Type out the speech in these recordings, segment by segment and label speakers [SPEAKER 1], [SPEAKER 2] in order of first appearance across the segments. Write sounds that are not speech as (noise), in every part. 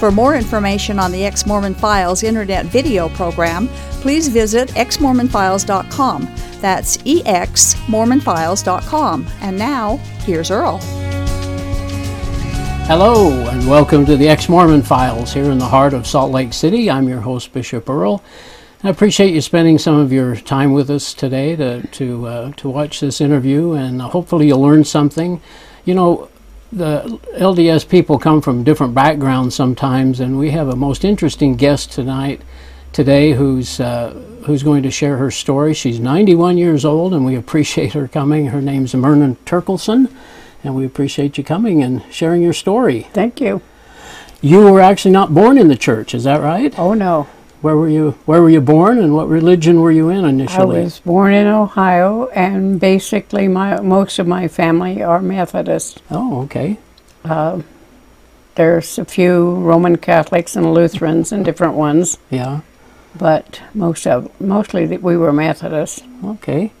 [SPEAKER 1] For more information on the Ex Mormon Files internet video program, please visit exmormonfiles.com. That's E exmormonfiles.com. And now, here's Earl.
[SPEAKER 2] Hello, and welcome to the Ex Mormon Files here in the heart of Salt Lake City. I'm your host, Bishop Earl. I appreciate you spending some of your time with us today to, to, uh, to watch this interview, and hopefully, you'll learn something. You know, the LDS people come from different backgrounds sometimes, and we have a most interesting guest tonight, today, who's uh, who's going to share her story. She's 91 years old, and we appreciate her coming. Her name's Myrna Turkelson, and we appreciate you coming and sharing your story.
[SPEAKER 3] Thank you.
[SPEAKER 2] You were actually not born in the church, is that right?
[SPEAKER 3] Oh no,
[SPEAKER 2] Where were you Where were you born, and what religion were you in
[SPEAKER 3] I
[SPEAKER 2] initially?
[SPEAKER 3] was born in Ohio, and basically, my most of my family are Methodist.
[SPEAKER 2] Oh, okay.
[SPEAKER 3] There's a few Roman Catholics and Lutherans and different ones,
[SPEAKER 2] Yeah.
[SPEAKER 3] but most of mostly that we were Methodist.
[SPEAKER 2] Okay.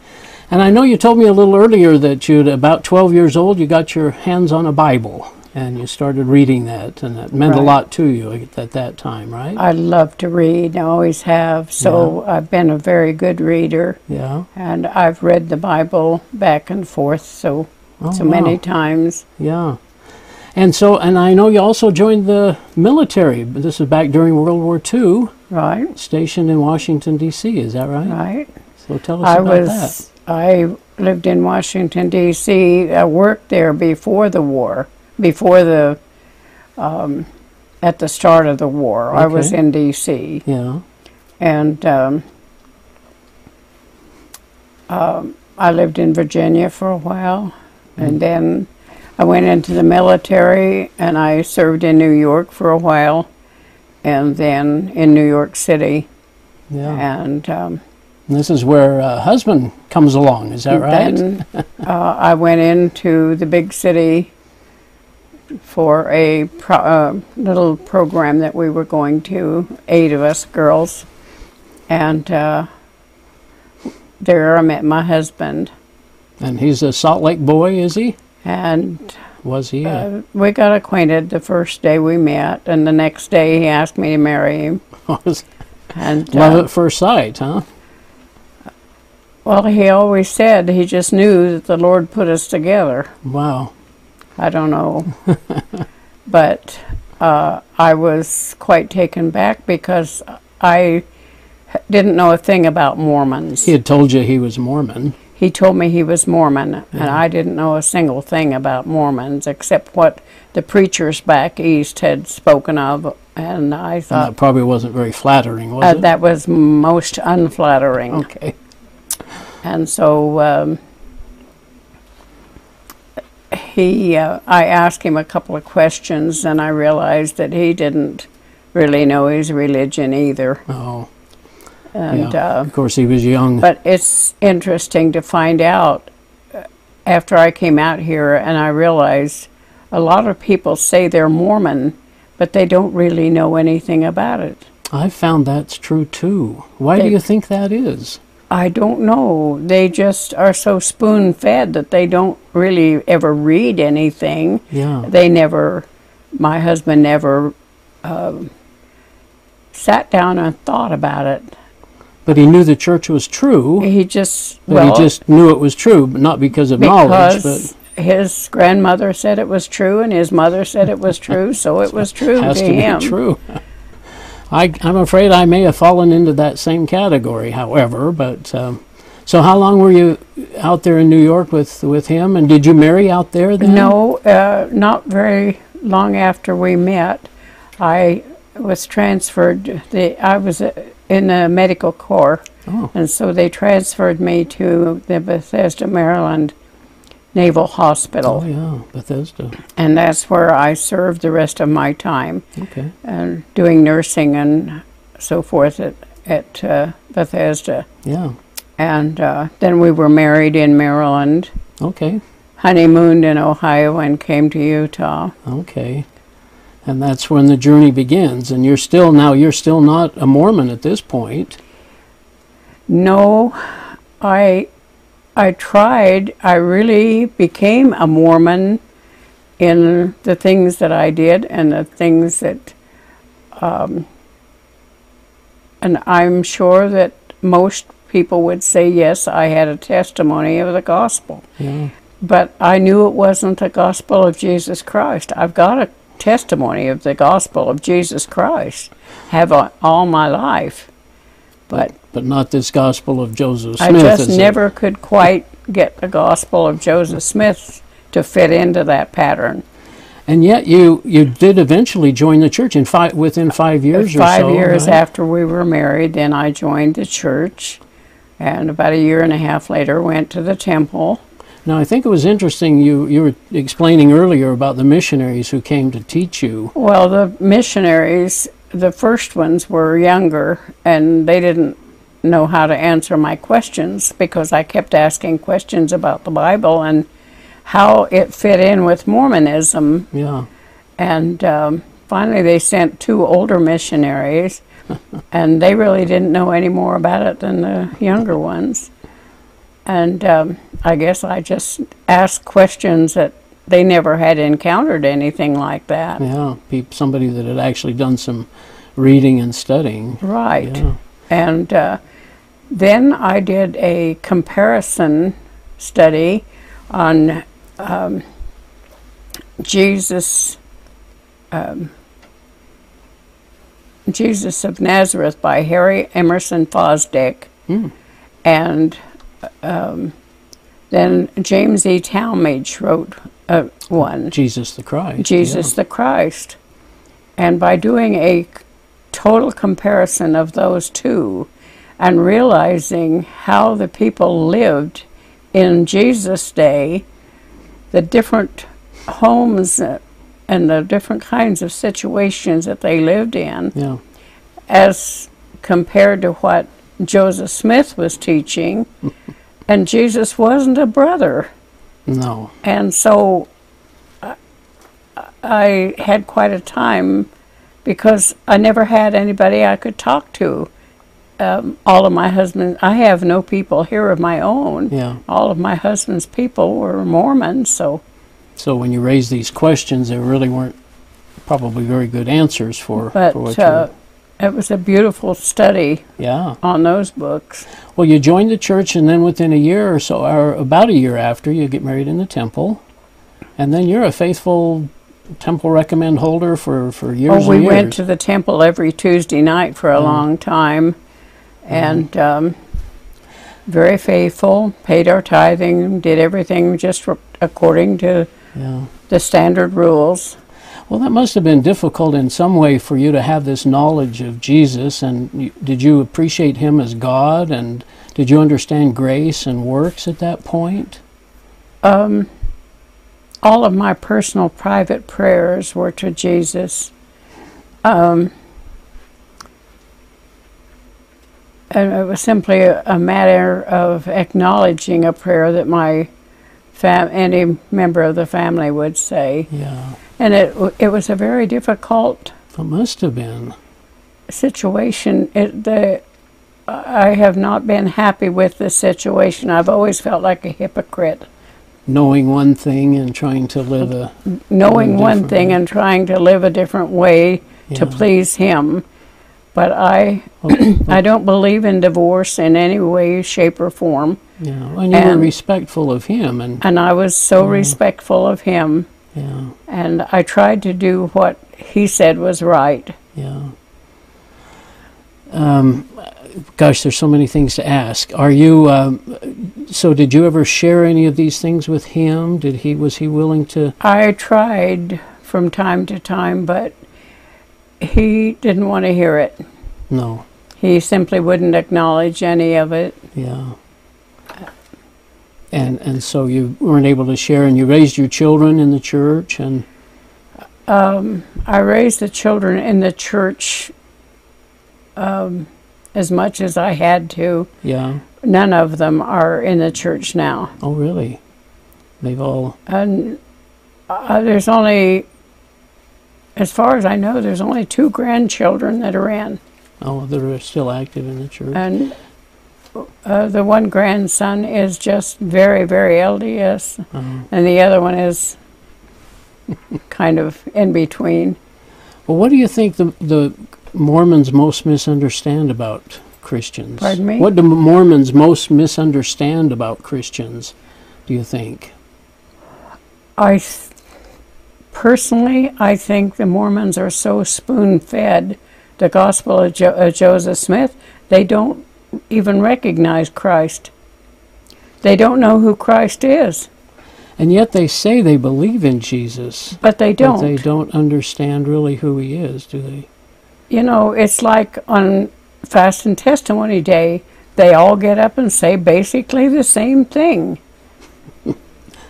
[SPEAKER 2] And I know you told me a little earlier that you, would about 12 years old, you got your hands on a Bible and you started reading that, and that meant a
[SPEAKER 3] Right. Uh,
[SPEAKER 2] lot to you at at that time, right?
[SPEAKER 3] I love to read. I always have. So I've been a very good reader,
[SPEAKER 2] yeah.
[SPEAKER 3] and I've read the Bible back and forth so
[SPEAKER 2] Oh,
[SPEAKER 3] so
[SPEAKER 2] wow.
[SPEAKER 3] many times.
[SPEAKER 2] Yeah. And so, and I know you also joined the military. but This is back during World War II,
[SPEAKER 3] Right,
[SPEAKER 2] stationed in Washington, D.C., is that right?
[SPEAKER 3] right.
[SPEAKER 2] So tell us
[SPEAKER 3] I
[SPEAKER 2] about that.
[SPEAKER 3] was I lived in Washington D.C. I worked there before the war, before the um, at the start of the war. I was
[SPEAKER 2] Okay.
[SPEAKER 3] in D.C.
[SPEAKER 2] Yeah.
[SPEAKER 3] and um, um, I lived in Virginia for a while,
[SPEAKER 2] Hmm.
[SPEAKER 3] and then I went into the military and I served in New York for a while, and then in New York City
[SPEAKER 2] Yeah.
[SPEAKER 3] and. Um,
[SPEAKER 2] And this is where uh, husband comes along, is that right?
[SPEAKER 3] Then uh, I went into the big city for a pro- uh, little program that we were going to, eight of us girls. And uh, there I met my husband.
[SPEAKER 2] and he's a Salt Lake boy, is he?
[SPEAKER 3] And
[SPEAKER 2] Was he? (laughs) a-
[SPEAKER 3] uh, we got acquainted the first day we met, and the next day he asked me to marry him. And uh,
[SPEAKER 2] Love at first sight, huh?
[SPEAKER 3] well, he always said he just knew that the Lord put us together.
[SPEAKER 2] Wow.
[SPEAKER 3] I don't know. but uh, I was quite taken back because I h- didn't know a thing about Mormons.
[SPEAKER 2] He had told you he was Mormon.
[SPEAKER 3] He told me he was Mormon, and I didn't know a single thing about Mormons except what the preachers back east had spoken of. And I
[SPEAKER 2] And
[SPEAKER 3] thought
[SPEAKER 2] that probably wasn't very flattering, was
[SPEAKER 3] uh,
[SPEAKER 2] it?
[SPEAKER 3] that was most unflattering.
[SPEAKER 2] okay.
[SPEAKER 3] And so um, he, uh, I asked him a couple of questions, and I realized that he didn't really know his religion either.
[SPEAKER 2] Oh,
[SPEAKER 3] And
[SPEAKER 2] yeah.
[SPEAKER 3] uh,
[SPEAKER 2] of course he was young.
[SPEAKER 3] but it's interesting to find out uh, after I came out here, and I realized a lot of people say they're Mormon, but they don't really know anything about it.
[SPEAKER 2] I found that's true too. Why do
[SPEAKER 3] They-
[SPEAKER 2] you think that is?
[SPEAKER 3] I don't know. They just are so spoon fed that they don't really ever read anything.
[SPEAKER 2] Yeah.
[SPEAKER 3] They never, my husband never um, sat down and thought about it.
[SPEAKER 2] But he knew the church was true.
[SPEAKER 3] He just,
[SPEAKER 2] But
[SPEAKER 3] well,
[SPEAKER 2] he just knew it was true, but not because of knowledge,
[SPEAKER 3] because
[SPEAKER 2] but
[SPEAKER 3] his grandmother said it was true and his mother said it was true, so
[SPEAKER 2] (laughs)
[SPEAKER 3] it was true
[SPEAKER 2] has
[SPEAKER 3] to,
[SPEAKER 2] to
[SPEAKER 3] him.
[SPEAKER 2] be true. I, I'm afraid I may have fallen into that same category, however. But um, so, how long were you out there in New York with with him? And did you marry out there then?
[SPEAKER 3] No, uh, not very long after we met, I was transferred. The, I was uh, in the medical corps,
[SPEAKER 2] Oh.
[SPEAKER 3] and so they transferred me to the Bethesda, Maryland Naval
[SPEAKER 2] Oh
[SPEAKER 3] Hospital,
[SPEAKER 2] yeah, Bethesda.
[SPEAKER 3] and that's where I served the rest of my time,
[SPEAKER 2] Okay.
[SPEAKER 3] and doing nursing and so forth at at uh, Bethesda.
[SPEAKER 2] Yeah.
[SPEAKER 3] And uh, then we were married in Maryland,
[SPEAKER 2] Okay.
[SPEAKER 3] honeymooned in Ohio, and came to Utah.
[SPEAKER 2] Okay. And that's when the journey begins. And you're still now you're still not a Mormon at this point.
[SPEAKER 3] No, I I tried. I really became a Mormon in the things that I did and the things that um, and I'm sure that most people would say yes, I had a testimony of the gospel.
[SPEAKER 2] Yeah.
[SPEAKER 3] But I knew it wasn't the gospel of Jesus Christ. I've got a testimony of the gospel of Jesus Christ. Have a, all my life. But
[SPEAKER 2] But not this gospel of Joseph Smith.
[SPEAKER 3] I just
[SPEAKER 2] is it?
[SPEAKER 3] never could quite get the gospel of Joseph Smith to fit into that pattern.
[SPEAKER 2] And yet you you did eventually join the church in five within five years
[SPEAKER 3] Five
[SPEAKER 2] or so.
[SPEAKER 3] years
[SPEAKER 2] right?
[SPEAKER 3] after we were married, then I joined the church, and about a year and a half later, went to the temple.
[SPEAKER 2] Now I think it was interesting you you were explaining earlier about the missionaries who came to teach you.
[SPEAKER 3] Well, the missionaries, the first ones were younger, and they didn't know how to answer my questions because I kept asking questions about the Bible and how it fit in with Mormonism.
[SPEAKER 2] Yeah.
[SPEAKER 3] And um, finally, they sent two older missionaries, and they really didn't know any more about it than the younger ones. And um, I guess I just asked questions that they never had encountered anything like that.
[SPEAKER 2] Yeah. Peop somebody that had actually done some reading and studying.
[SPEAKER 3] Right.
[SPEAKER 2] Yeah.
[SPEAKER 3] And uh, then I did a comparison study on um, Jesus, um, Jesus of Nazareth by Harry Emerson Fosdick, and um, then James E. Talmage wrote uh, one.
[SPEAKER 2] Jesus the Christ.
[SPEAKER 3] Jesus the Christ. And by doing a c- total comparison of those two and realizing how the people lived in Jesus' day, the different homes uh, and the different kinds of situations that they lived in,
[SPEAKER 2] Yeah. yeah.
[SPEAKER 3] as compared to what Joseph Smith was teaching. and Jesus wasn't a brother.
[SPEAKER 2] No.
[SPEAKER 3] And so I- I had quite a time because I never had anybody I could talk to. Um, all of my husband, I have no people here of my own.
[SPEAKER 2] Yeah.
[SPEAKER 3] All of my husband's people were Mormons, so
[SPEAKER 2] So when you raised these questions, there really weren't probably very good answers for,
[SPEAKER 3] but
[SPEAKER 2] for what
[SPEAKER 3] uh, it was a beautiful study
[SPEAKER 2] you. Yeah.
[SPEAKER 3] on those books.
[SPEAKER 2] Well, you joined the church, and then within a year or so, or about a year after, you get married in the temple, and then you're a faithful temple recommend holder for for years.
[SPEAKER 3] Oh, we
[SPEAKER 2] and years.
[SPEAKER 3] went to the temple every Tuesday night for a long time, and um, very faithful. Paid our tithing, did everything just r- according to
[SPEAKER 2] Yeah.
[SPEAKER 3] the standard rules.
[SPEAKER 2] Well, that must have been difficult in some way for you to have this knowledge of Jesus, and you, did you appreciate him as God, and did you understand grace and works at that point?
[SPEAKER 3] Um, all of my personal, private prayers were to Jesus. Um, and it was simply a, a matter of acknowledging a prayer that my fam- any member of the family would say.
[SPEAKER 2] Yeah,
[SPEAKER 3] And it w- it was a very difficult
[SPEAKER 2] it must have been.
[SPEAKER 3] situation. It, the I have not been happy with this situation. I've always felt like a hypocrite,
[SPEAKER 2] Knowing one thing and trying to live a
[SPEAKER 3] knowing
[SPEAKER 2] Totally
[SPEAKER 3] one thing
[SPEAKER 2] different.
[SPEAKER 3] and trying to live a different way to
[SPEAKER 2] Yeah.
[SPEAKER 3] please him. But I I don't believe in divorce in any way, shape, or form.
[SPEAKER 2] yeah, and you were
[SPEAKER 3] And-
[SPEAKER 2] respectful of him, and
[SPEAKER 3] And I was so
[SPEAKER 2] Mm-hmm.
[SPEAKER 3] respectful of him,
[SPEAKER 2] yeah.
[SPEAKER 3] and I tried to do what he said was right.
[SPEAKER 2] Yeah. Um, gosh, there's so many things to ask. Are you? Um, so, did you ever share any of these things with him? Did he? Was he willing to?
[SPEAKER 3] I tried from time to time, but he didn't want to hear it.
[SPEAKER 2] No.
[SPEAKER 3] He simply wouldn't acknowledge any of it.
[SPEAKER 2] Yeah. And and so you weren't able to share, and you raised your children in the church, and
[SPEAKER 3] Um, I raised the children in the church um, as much as I had to.
[SPEAKER 2] Yeah.
[SPEAKER 3] None of them are in the church now.
[SPEAKER 2] Oh, really? They've all.
[SPEAKER 3] And uh, there's only, as far as I know, there's only two grandchildren that are in.
[SPEAKER 2] Oh, they're still active in the church.
[SPEAKER 3] And uh, the one grandson is just very, very LDS,
[SPEAKER 2] Oh.
[SPEAKER 3] and the other one is (laughs) kind of in between.
[SPEAKER 2] Well, what do you think the the Mormons most misunderstand about Christians?
[SPEAKER 3] Pardon me?
[SPEAKER 2] What do Mormons most misunderstand about Christians? Do you think?
[SPEAKER 3] I th- personally, I think the Mormons are so spoon-fed the gospel of, jo- of Joseph Smith, they don't even recognize Christ. They don't know who Christ is,
[SPEAKER 2] And yet they say they believe in Jesus,
[SPEAKER 3] but they don't.
[SPEAKER 2] but they don't understand really who he is, do they?
[SPEAKER 3] You know, it's like on Fast and Testimony Day, they all get up and say basically the same
[SPEAKER 2] (laughs)
[SPEAKER 3] thing.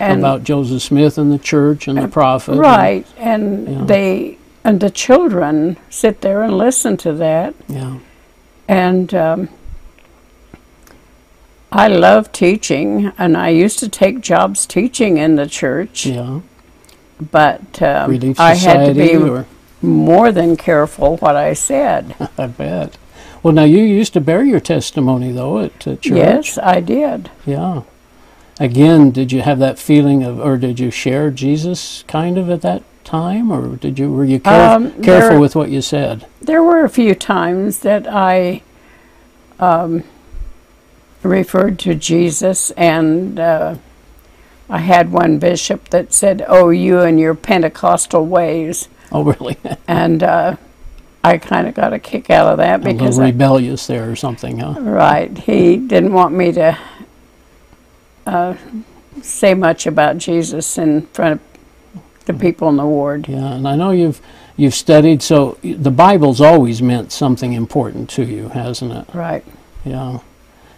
[SPEAKER 3] And
[SPEAKER 2] about Joseph Smith and the church and the prophet. and-
[SPEAKER 3] right, and
[SPEAKER 2] Yeah.
[SPEAKER 3] they and the children sit there and listen to that.
[SPEAKER 2] yeah.
[SPEAKER 3] And um, I love teaching, and I used to take jobs teaching in the church,
[SPEAKER 2] Yeah.
[SPEAKER 3] but um,
[SPEAKER 2] Relief
[SPEAKER 3] I had to
[SPEAKER 2] Society
[SPEAKER 3] be
[SPEAKER 2] or (laughs)
[SPEAKER 3] more than careful what I said.
[SPEAKER 2] I bet. Well, now you used to bear your testimony though at uh, church.
[SPEAKER 3] Yes, I did.
[SPEAKER 2] Yeah. Again, did you have that feeling of, or did you share Jesus kind of at that time, or did you were you caref-
[SPEAKER 3] Um,
[SPEAKER 2] careful
[SPEAKER 3] there-
[SPEAKER 2] with what you said?
[SPEAKER 3] There were a few times that I um, referred to Jesus, and uh, I had one bishop that said, Oh, you and your Pentecostal ways.
[SPEAKER 2] Oh, really? (laughs)
[SPEAKER 3] And uh, I kind of got a kick out of that
[SPEAKER 2] a
[SPEAKER 3] because
[SPEAKER 2] little
[SPEAKER 3] I,
[SPEAKER 2] rebellious there or something, huh?
[SPEAKER 3] right, he didn't want me to uh, say much about Jesus in front of the people in the ward.
[SPEAKER 2] Yeah. And I know you've you've studied, so y- the Bible's always meant something important to you, hasn't it?
[SPEAKER 3] Right.
[SPEAKER 2] Yeah.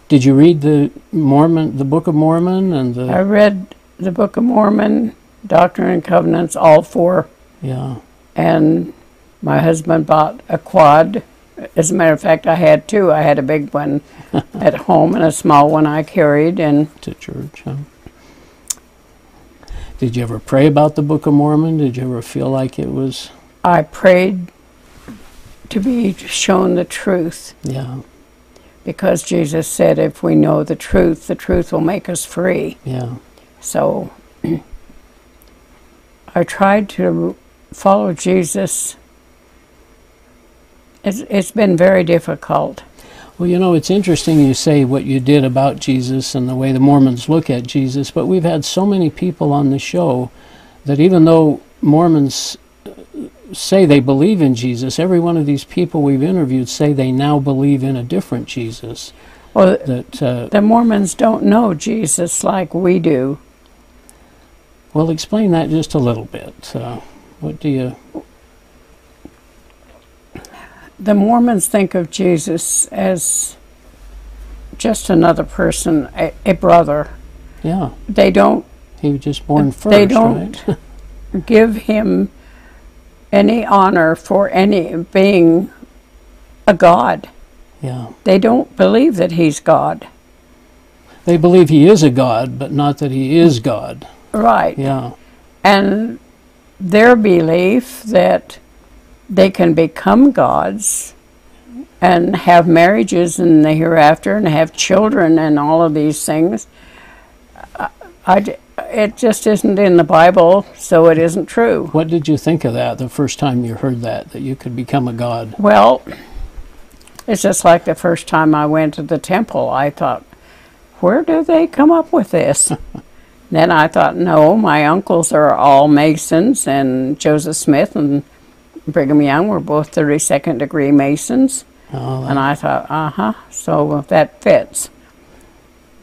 [SPEAKER 2] Did you read the Mormon, the Book of Mormon, and the
[SPEAKER 3] I read the Book of Mormon, Doctrine and Covenants, all four.
[SPEAKER 2] yeah?
[SPEAKER 3] and my husband bought a quad. As a matter of fact, I had two. I had a big one at home and a small one I carried. And
[SPEAKER 2] to church. Huh? Did you ever pray about the Book of Mormon? Did you ever feel like it was,
[SPEAKER 3] I prayed to be shown the truth
[SPEAKER 2] yeah,
[SPEAKER 3] because Jesus said, if we know the truth, the truth will make us free.
[SPEAKER 2] yeah,
[SPEAKER 3] So (clears throat) I tried to follow Jesus. It's, it's been very difficult.
[SPEAKER 2] Well, you know, it's interesting you say what you did about Jesus and the way the Mormons look at Jesus, but we've had so many people on the show that even though Mormons uh, say they believe in Jesus, every one of these people we've interviewed say they now believe in a different Jesus.
[SPEAKER 3] Well,
[SPEAKER 2] That, uh,
[SPEAKER 3] the Mormons don't know Jesus like we do.
[SPEAKER 2] well, explain that just a little bit. Uh, what do you,
[SPEAKER 3] the Mormons think of Jesus as just another person, a, a brother.
[SPEAKER 2] yeah,
[SPEAKER 3] They don't
[SPEAKER 2] he was just born first,
[SPEAKER 3] they don't
[SPEAKER 2] right? (laughs)
[SPEAKER 3] give him any honor for any being a god.
[SPEAKER 2] yeah.
[SPEAKER 3] They don't believe that he's God.
[SPEAKER 2] They believe he is a god, but not that he is God.
[SPEAKER 3] Right.
[SPEAKER 2] Yeah,
[SPEAKER 3] And their belief that they can become gods and have marriages in the hereafter and have children and all of these things, I- I j- it just isn't in the Bible, so it isn't true.
[SPEAKER 2] What did you think of that the first time you heard that, that you could become a god?
[SPEAKER 3] Well, it's just like the first time I went to the temple, I thought, where do they come up with this? then I thought, no, my uncles are all Masons, and Joseph Smith and Brigham Young were both 32nd degree Masons.
[SPEAKER 2] Oh,
[SPEAKER 3] And I thought, uh huh, so that fits.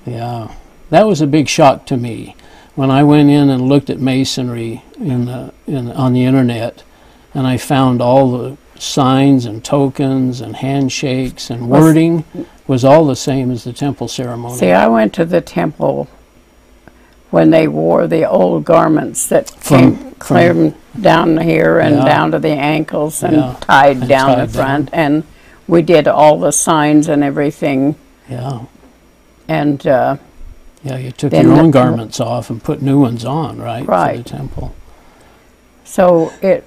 [SPEAKER 2] yeah. That was a big shock to me when I went in and looked at masonry in the, in, on the internet and I found all the signs and tokens and handshakes and
[SPEAKER 3] Well, s-
[SPEAKER 2] wording was all the same as the temple ceremony.
[SPEAKER 3] See, I went to the temple when they wore the old garments that
[SPEAKER 2] From-
[SPEAKER 3] came clear down here and
[SPEAKER 2] Yeah.
[SPEAKER 3] down to the ankles and
[SPEAKER 2] Yeah.
[SPEAKER 3] tied
[SPEAKER 2] And
[SPEAKER 3] down
[SPEAKER 2] tied
[SPEAKER 3] the
[SPEAKER 2] down.
[SPEAKER 3] front and we did all the signs and everything,
[SPEAKER 2] Yeah.
[SPEAKER 3] and uh,
[SPEAKER 2] Yeah, you took
[SPEAKER 3] Then
[SPEAKER 2] your
[SPEAKER 3] the-
[SPEAKER 2] own garments off and put new ones on, right? For the
[SPEAKER 3] Right.
[SPEAKER 2] temple.
[SPEAKER 3] so it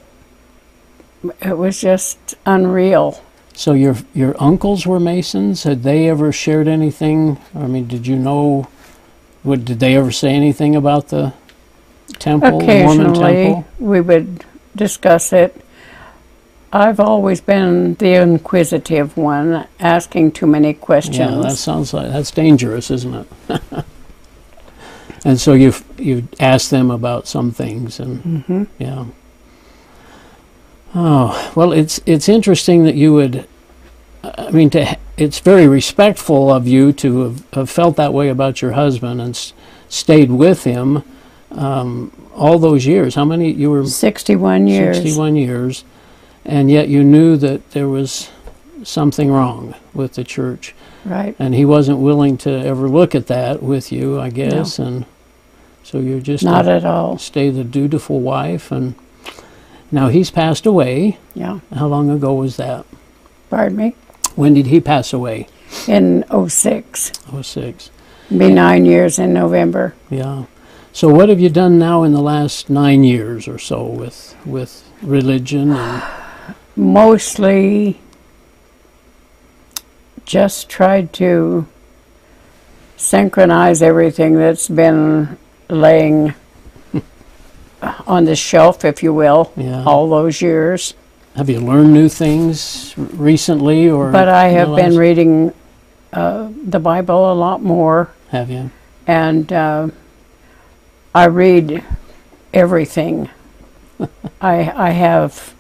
[SPEAKER 3] it was just unreal.
[SPEAKER 2] So your your uncles were Masons. Had they ever shared anything? I mean, did you know? What, did they ever say anything about the temple, Mormon
[SPEAKER 3] Occasionally,
[SPEAKER 2] temple?
[SPEAKER 3] we would discuss it. I've always been the inquisitive one, asking too many questions.
[SPEAKER 2] Yeah, that sounds like that's dangerous, isn't it? (laughs) and so you you asked them about some things, and
[SPEAKER 3] hmm
[SPEAKER 2] yeah. Oh well, it's it's interesting that you would. I mean, to ha- it's very respectful of you to have, have felt that way about your husband and s- stayed with him um, all those years. How many you were?
[SPEAKER 3] 61 years.
[SPEAKER 2] Sixty-one years, and yet you knew that there was something wrong with the church
[SPEAKER 3] Right.
[SPEAKER 2] and he wasn't willing to ever look at that with you, I guess, and so you're just
[SPEAKER 3] Not
[SPEAKER 2] a,
[SPEAKER 3] at all.
[SPEAKER 2] stay the dutiful wife. And now he's passed away.
[SPEAKER 3] Yeah.
[SPEAKER 2] How long ago was that?
[SPEAKER 3] Pardon me?
[SPEAKER 2] When did he pass away?
[SPEAKER 3] In 06.
[SPEAKER 2] Oh six.
[SPEAKER 3] Be nine years in November.
[SPEAKER 2] Yeah. So what have you done now in the last nine years or so with with religion? And,
[SPEAKER 3] Mostly just tried to synchronize everything that's been laying (laughs) on the shelf, if you will,
[SPEAKER 2] Yeah.
[SPEAKER 3] all those years.
[SPEAKER 2] have you learned new things r- recently, or?
[SPEAKER 3] But I
[SPEAKER 2] in the
[SPEAKER 3] have been
[SPEAKER 2] last-
[SPEAKER 3] reading uh, the Bible a lot more.
[SPEAKER 2] have you?
[SPEAKER 3] and uh, I read everything. (laughs) I I have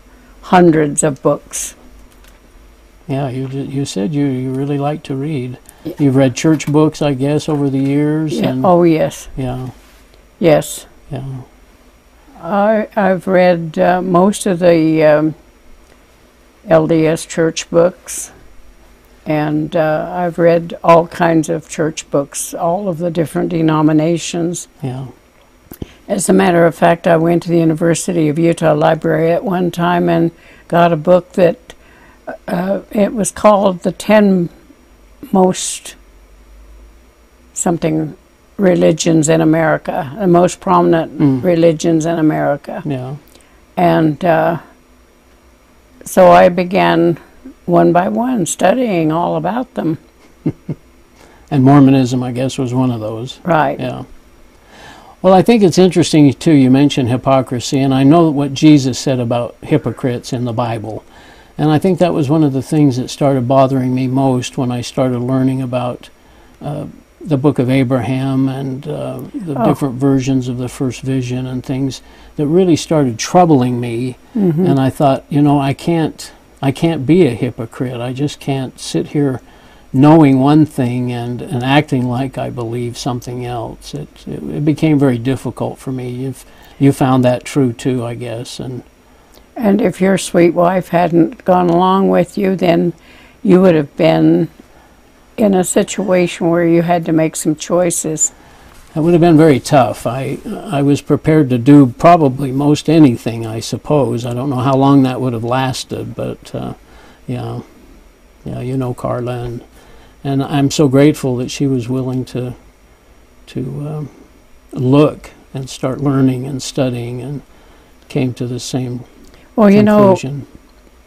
[SPEAKER 3] hundreds of books.
[SPEAKER 2] Yeah, you ju- you said you, you really like to read. You've read church books, I guess, over the years.
[SPEAKER 3] Yeah,
[SPEAKER 2] And,
[SPEAKER 3] Oh yes,
[SPEAKER 2] Yeah,
[SPEAKER 3] yes.
[SPEAKER 2] yeah,
[SPEAKER 3] I I've read uh, most of the um, LDS church books, and uh, I've read all kinds of church books, all of the different denominations.
[SPEAKER 2] yeah.
[SPEAKER 3] As a matter of fact, I went to the University of Utah Library at one time and got a book that uh, it was called The 10 Most Something Religions in America, the most prominent
[SPEAKER 2] Mm.
[SPEAKER 3] religions in America.
[SPEAKER 2] Yeah,
[SPEAKER 3] And uh, so I began one by one studying all about them.
[SPEAKER 2] and Mormonism, I guess, was one of those.
[SPEAKER 3] Right.
[SPEAKER 2] Yeah. Well, I think it's interesting too. You mentioned hypocrisy, and I know what Jesus said about hypocrites in the Bible, and I think that was one of the things that started bothering me most when I started learning about uh, the Book of Abraham and uh, the
[SPEAKER 3] Oh.
[SPEAKER 2] different versions of the first vision and things that really started troubling me.
[SPEAKER 3] Mm-hmm.
[SPEAKER 2] And I thought, you know, I can't, I can't be a hypocrite. I just can't sit here knowing one thing and, and acting like I believe something else. It, it it became very difficult for me. You've you found that true too, I guess. And
[SPEAKER 3] And if your sweet wife hadn't gone along with you, then you would have been in a situation where you had to make some choices.
[SPEAKER 2] that would have been very tough. I I was prepared to do probably most anything. I suppose I don't know how long that would have lasted, but uh, yeah, yeah, you know Carla, and and I'm so grateful that she was willing to to um, look and start learning and studying and came to the same
[SPEAKER 3] Well, you know,
[SPEAKER 2] conclusion.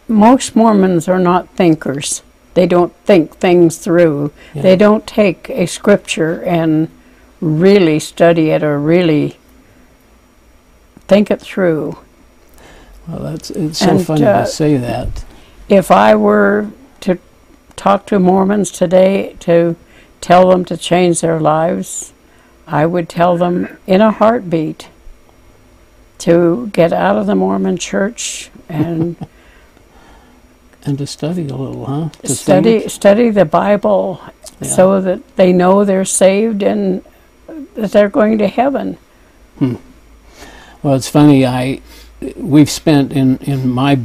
[SPEAKER 3] most Mormons are not thinkers. They don't think things through.
[SPEAKER 2] Yeah.
[SPEAKER 3] They don't take a scripture and really study it or really think it through.
[SPEAKER 2] Well, that's it's so
[SPEAKER 3] And,
[SPEAKER 2] funny
[SPEAKER 3] uh,
[SPEAKER 2] to say that.
[SPEAKER 3] If I were to talk to Mormons today to tell them to change their lives, I would tell them in a heartbeat to get out of the Mormon church and
[SPEAKER 2] And to study a little, huh? (laughs) To
[SPEAKER 3] study
[SPEAKER 2] think.
[SPEAKER 3] study the Bible
[SPEAKER 2] Yeah.
[SPEAKER 3] so that they know they're saved and that they're going to heaven.
[SPEAKER 2] Well, it's funny. I we've spent in in my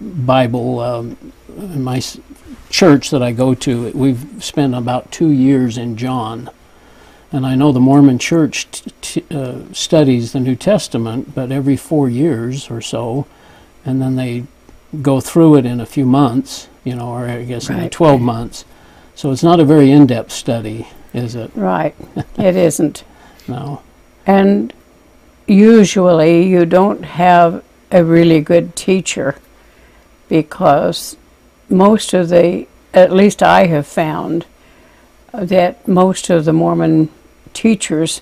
[SPEAKER 2] Bible um, in my s- church that I go to. We've spent about two years in John, and I know the Mormon Church t- t- uh, studies the New Testament, but every four years or so, and then they go through it in a few months you know, or I guess now
[SPEAKER 3] Right.
[SPEAKER 2] 12 months. So it's not a very in depth study, is it?
[SPEAKER 3] Right.
[SPEAKER 2] (laughs)
[SPEAKER 3] it isn't.
[SPEAKER 2] No.
[SPEAKER 3] And usually you don't have a really good teacher because most of the, at least I have found, that most of the Mormon teachers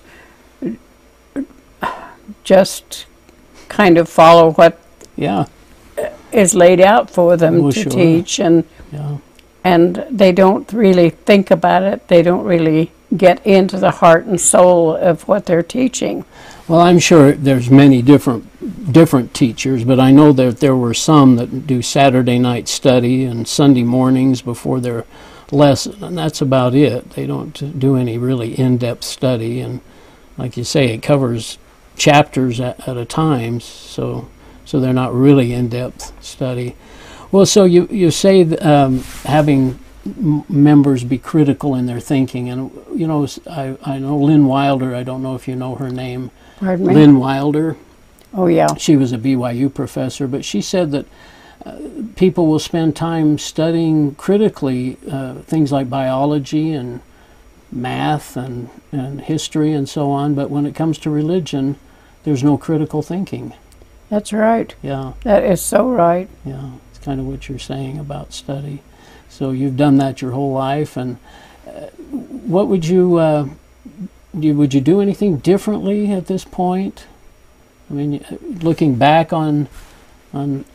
[SPEAKER 3] just kind of follow what
[SPEAKER 2] Yeah.
[SPEAKER 3] is laid out for them
[SPEAKER 2] Well,
[SPEAKER 3] to
[SPEAKER 2] Oh, sure.
[SPEAKER 3] teach and
[SPEAKER 2] Yeah.
[SPEAKER 3] and they don't really think about it. They don't really get into the heart and soul of what they're teaching.
[SPEAKER 2] Well, I'm sure there's many different different teachers, but I know that there were some that do Saturday night study and Sunday mornings before their lesson, and that's about it. They don't do any really in-depth study, and like you say, it covers chapters at, at a time, so so they're not really in-depth study. Well, so you you say th- um, having m- members be critical in their thinking, and you know s- I I know Lynn Wilder. I don't know if you know her name.
[SPEAKER 3] Pardon me?
[SPEAKER 2] Lynn Wilder.
[SPEAKER 3] Oh, yeah.
[SPEAKER 2] She was a BYU professor, but she said that uh, people will spend time studying critically uh, things like biology and math and, and history and so on, but when it comes to religion, there's no critical thinking.
[SPEAKER 3] That's right.
[SPEAKER 2] Yeah,
[SPEAKER 3] That is so right.
[SPEAKER 2] yeah, it's kind of what you're saying about study. So you've done that your whole life, and uh, what would you, uh, you would you do anything differently at this point? I mean, y- looking back on on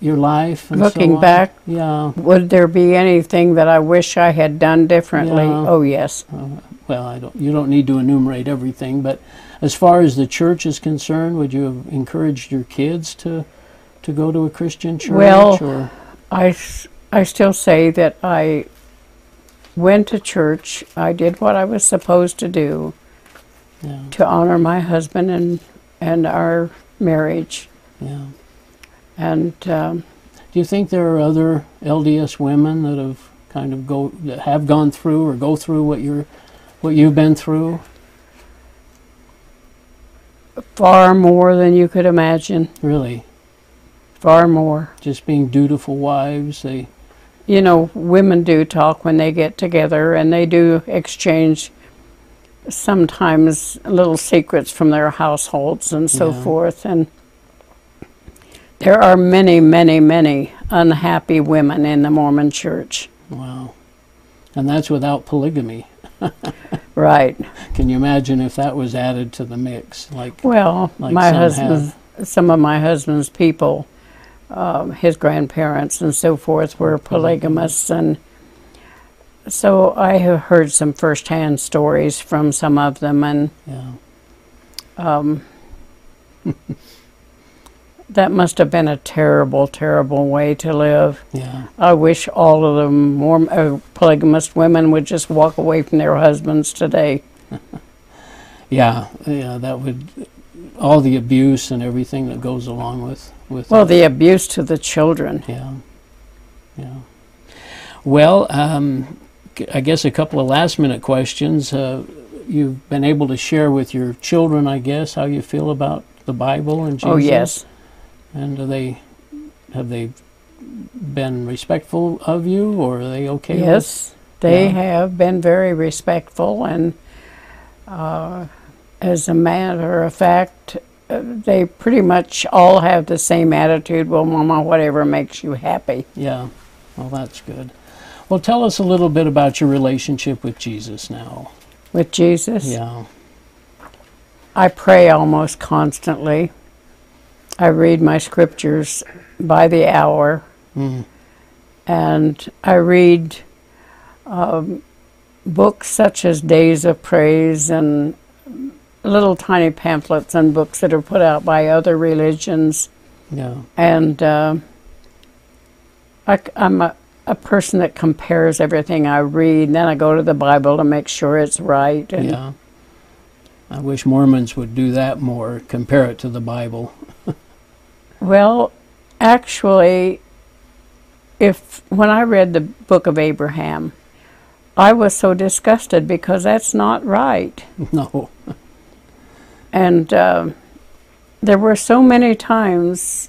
[SPEAKER 2] your life, and so
[SPEAKER 3] Looking
[SPEAKER 2] on?
[SPEAKER 3] back,
[SPEAKER 2] yeah.
[SPEAKER 3] would there be anything that I wish I had done differently?
[SPEAKER 2] Yeah.
[SPEAKER 3] Oh, yes.
[SPEAKER 2] Uh, well, I don't. You don't need to enumerate everything, but as far as the church is concerned, would you have encouraged your kids to to go to a Christian church?
[SPEAKER 3] Well,
[SPEAKER 2] or,
[SPEAKER 3] I, s- I still say that I went to church. I did what I was supposed to do
[SPEAKER 2] yeah,
[SPEAKER 3] to honor my husband and, and our marriage.
[SPEAKER 2] yeah.
[SPEAKER 3] And um,
[SPEAKER 2] Do you think there are other LDS women that have kind of go that have gone through or go through what you're what you've been through?
[SPEAKER 3] far more than you could imagine.
[SPEAKER 2] Really,
[SPEAKER 3] Far more.
[SPEAKER 2] just being dutiful wives. They
[SPEAKER 3] you know, women do talk when they get together and they do exchange sometimes little secrets from their households and so
[SPEAKER 2] Yeah.
[SPEAKER 3] forth. And there are many, many, many unhappy women in the Mormon church.
[SPEAKER 2] wow, and that's without polygamy.
[SPEAKER 3] Right.
[SPEAKER 2] Can you imagine if that was added to the mix? Like
[SPEAKER 3] Well,
[SPEAKER 2] Like
[SPEAKER 3] my
[SPEAKER 2] some
[SPEAKER 3] husband's, some of my husband's people, um, his grandparents and so forth, were polygamists, and so I have heard some firsthand stories from some of them, and
[SPEAKER 2] yeah.
[SPEAKER 3] that must have been a terrible, terrible way to live.
[SPEAKER 2] Yeah,
[SPEAKER 3] I wish all of the more uh, polygamist women would just walk away from their husbands today.
[SPEAKER 2] yeah, yeah. That would all the abuse and everything that goes along with with.
[SPEAKER 3] Well,
[SPEAKER 2] that.
[SPEAKER 3] the abuse to the children.
[SPEAKER 2] Yeah, yeah. Well, um, g- I guess a couple of last minute questions. Uh, you've been able to share with your children, I guess, how you feel about the Bible and Jesus.
[SPEAKER 3] Oh yes,
[SPEAKER 2] And do they have they been respectful of you, or are they okay? with-
[SPEAKER 3] Yes, they
[SPEAKER 2] Yeah.
[SPEAKER 3] have been very respectful, and uh, as a matter of fact, uh, they pretty much all have the same attitude. Well, Mama, whatever makes you happy.
[SPEAKER 2] Yeah. Well, that's good. Well, tell us a little bit about your relationship with Jesus now.
[SPEAKER 3] With Jesus,
[SPEAKER 2] Yeah.
[SPEAKER 3] I pray almost constantly. I read my scriptures by the hour,
[SPEAKER 2] Mm.
[SPEAKER 3] and I read um, books such as Days of Praise and little tiny pamphlets and books that are put out by other religions.
[SPEAKER 2] Yeah.
[SPEAKER 3] And uh, I, am a, a person that compares everything I read, and then I go to the Bible to make sure it's right. And
[SPEAKER 2] Yeah. I wish Mormons would do that more, compare it to the Bible.
[SPEAKER 3] Well, actually, if when I read the book of Abraham, I was so disgusted because that's not right.
[SPEAKER 2] No.
[SPEAKER 3] And uh, there were so many times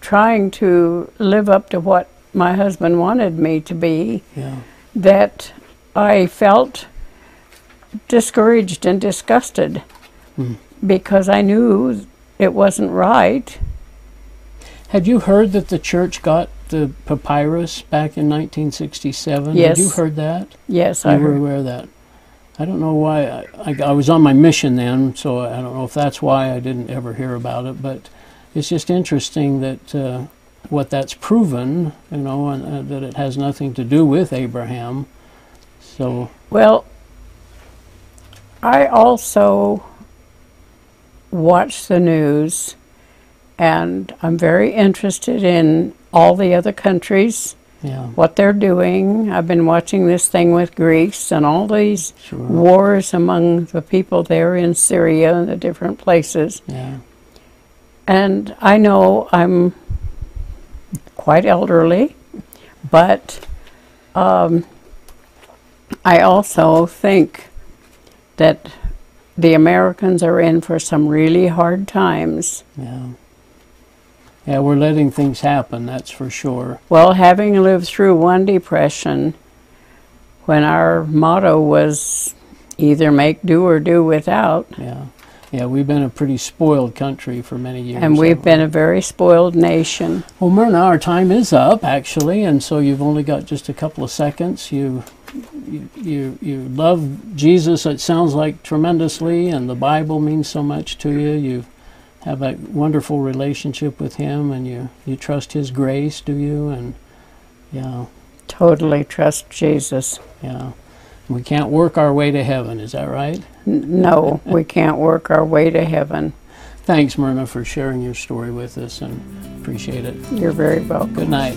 [SPEAKER 3] trying to live up to what my husband wanted me to be,
[SPEAKER 2] Yeah.
[SPEAKER 3] that I felt discouraged and disgusted
[SPEAKER 2] Mm.
[SPEAKER 3] because I knew it wasn't right.
[SPEAKER 2] Had you heard that the church got the papyrus back in 1967? Had you
[SPEAKER 3] Yes.
[SPEAKER 2] heard that?
[SPEAKER 3] Yes, I
[SPEAKER 2] You were
[SPEAKER 3] heard.
[SPEAKER 2] aware of that. I don't know why. I, I, I was on my mission then, so I don't know if that's why I didn't ever hear about it. But it's just interesting that uh, what that's proven, you know, and uh, that it has nothing to do with Abraham. So,
[SPEAKER 3] Well, I also watch the news and I'm very interested in all the other countries,
[SPEAKER 2] yeah,
[SPEAKER 3] what they're doing. I've been watching this thing with Greece and all these
[SPEAKER 2] sure.
[SPEAKER 3] wars among the people there in Syria and the different places.
[SPEAKER 2] Yeah,
[SPEAKER 3] And I know I'm quite elderly, but um, I also think that the Americans are in for some really hard times.
[SPEAKER 2] yeah. Yeah, we're letting things happen, that's for sure.
[SPEAKER 3] Well, having lived through one depression, when our motto was either make do or do without,
[SPEAKER 2] Yeah. Yeah, we've been a pretty spoiled country for many years.
[SPEAKER 3] and we've
[SPEAKER 2] haven't we?
[SPEAKER 3] been a very spoiled nation.
[SPEAKER 2] Well, Myrna, our time is up actually, and so you've only got just a couple of seconds. You, you, you, you love Jesus. It sounds like tremendously, and the Bible means so much to you. You have that wonderful relationship with Him, and you you trust His grace, do you? And yeah,
[SPEAKER 3] Totally trust Jesus.
[SPEAKER 2] yeah. We can't work our way to heaven. Is that right?
[SPEAKER 3] N- No, we can't work our way to heaven.
[SPEAKER 2] Thanks, Myrna, for sharing your story with us, and appreciate it.
[SPEAKER 3] You're very welcome.
[SPEAKER 2] Good night.